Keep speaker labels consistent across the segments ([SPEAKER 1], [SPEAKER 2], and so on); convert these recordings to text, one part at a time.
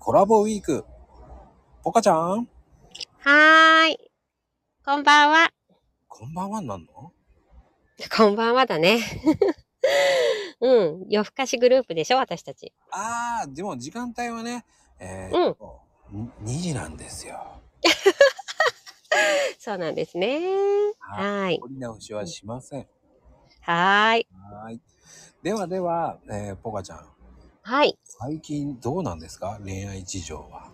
[SPEAKER 1] コラボウィーク。ポカちゃん
[SPEAKER 2] はーい。こんばんは。
[SPEAKER 1] こんばんはなんの
[SPEAKER 2] こんばんはだね。 うん。夜更かしグループでしょ、私たち。
[SPEAKER 1] あー、でも時間帯はね、え
[SPEAKER 2] う
[SPEAKER 1] ー
[SPEAKER 2] ん
[SPEAKER 1] と、2時なんですよ。
[SPEAKER 2] そうなんですね。はーい。
[SPEAKER 1] 折り直しはしません。
[SPEAKER 2] はーい。
[SPEAKER 1] はーい。ではでは、えー、ポカちゃん、
[SPEAKER 2] はい。
[SPEAKER 1] 最近どうなんですか恋愛事情は。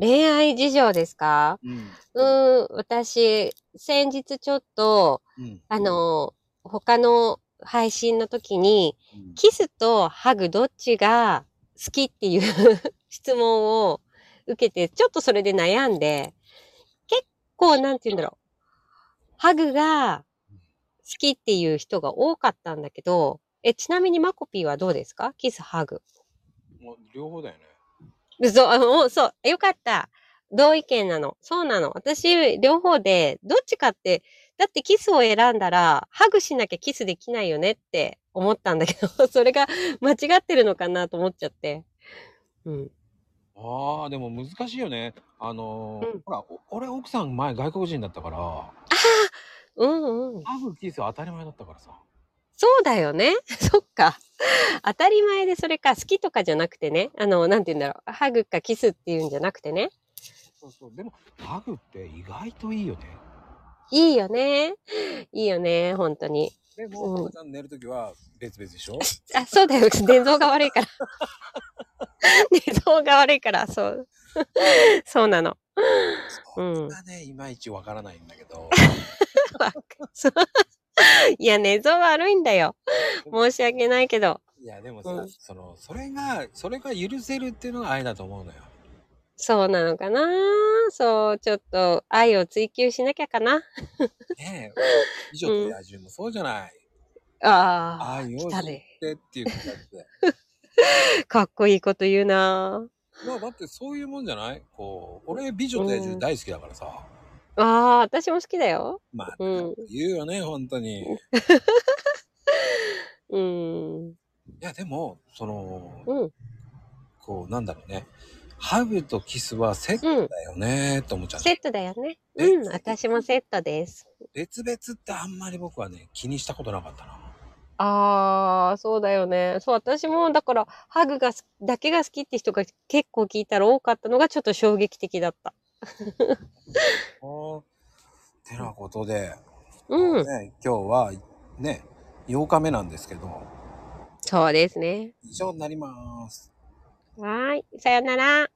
[SPEAKER 2] 恋愛事情ですか
[SPEAKER 1] うん。
[SPEAKER 2] うーん。私、先日ちょっと、
[SPEAKER 1] うん。
[SPEAKER 2] あの、他の配信の時に、
[SPEAKER 1] うん、
[SPEAKER 2] キスとハグどっちが好きっていう 質問を受けて、ちょっとそれで悩んで、結構なんて言うんだろう。ハグが好きっていう人が多かったんだけど、え、ちなみにマコピーはどうですかキス、ハグ。
[SPEAKER 1] もう両方だよね。
[SPEAKER 2] そう、あの、そう、よかった。同意見なの。そうなの。私、両方で、どっちかって、だってキスを選んだら、ハグしなきゃキスできないよねって思ったんだけど、 それが間違ってるのかなと思っちゃって。うん。
[SPEAKER 1] ああ、でも難しいよね。あのー
[SPEAKER 2] うん
[SPEAKER 1] ほら、お俺奥さん前外国人だったから、
[SPEAKER 2] うんうん。
[SPEAKER 1] ハグキス当たり前だったからさ。
[SPEAKER 2] そうだよね。 そっか。当たり前でそれか、好きとかじゃなくてね。あの、なんて言うんだろう。ハグかキスっていうんじゃなくてね。
[SPEAKER 1] そうそう。でも、ハグって意外といいよね。
[SPEAKER 2] いいよね。いいよね。本当に。
[SPEAKER 1] で
[SPEAKER 2] う
[SPEAKER 1] も、
[SPEAKER 2] ん
[SPEAKER 1] お母さん寝るときは別々でしょ
[SPEAKER 2] あ、そうだよ。 伝導が悪いから。伝導が悪いから、そう。そうなの。
[SPEAKER 1] それがね、いまいちわからないんだけ ど。
[SPEAKER 2] そういや、寝相悪いんだよ。申し訳ないけど。
[SPEAKER 1] いや、でもさ、
[SPEAKER 2] うん
[SPEAKER 1] その、それが、それが許せるっていうのが愛だと思うのよ。
[SPEAKER 2] そうなのかなそう、ちょっと愛を追求しなきゃかな。
[SPEAKER 1] ねえ。美女と野獣もそうじゃない。
[SPEAKER 2] あ
[SPEAKER 1] 愛を知
[SPEAKER 2] た
[SPEAKER 1] っ
[SPEAKER 2] ね
[SPEAKER 1] てっていうことだ って。
[SPEAKER 2] あ、かっこいいこと言うな
[SPEAKER 1] まあ、だってそういうもんじゃないこう、俺美女と野獣大好きだからさ。
[SPEAKER 2] ああ、私も好きだよ。
[SPEAKER 1] まあ、
[SPEAKER 2] うん
[SPEAKER 1] 言うよね、本当に。い
[SPEAKER 2] うん。
[SPEAKER 1] や、でも、その、
[SPEAKER 2] うん。
[SPEAKER 1] こう、なんだろうね。ハグとキスはセットだよねーって思っちゃうの。
[SPEAKER 2] セットだよね。うん、私もセットです。
[SPEAKER 1] 別々ってあんまり僕はね、気にしたことなかったな。
[SPEAKER 2] ああ、そうだよね。そう、私も、だから、ハグがす、だけが好きって人が結構聞いたら多かったのがちょっと衝撃的だった。
[SPEAKER 1] おーてなことで、
[SPEAKER 2] うん。
[SPEAKER 1] ね、今日はね8日目なんですけど
[SPEAKER 2] そうですね。
[SPEAKER 1] 以上になります。
[SPEAKER 2] はーい。さよなら。